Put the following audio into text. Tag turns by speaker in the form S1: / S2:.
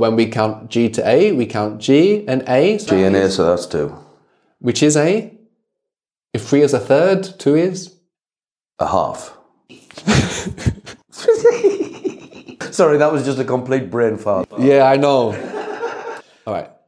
S1: When we count G to A, we count G and A. so
S2: G and A, so that's two.
S1: Which is A. If three is a third, two is.
S2: A half. Sorry, that was just a complete brain fart.
S1: Yeah, I know. All right.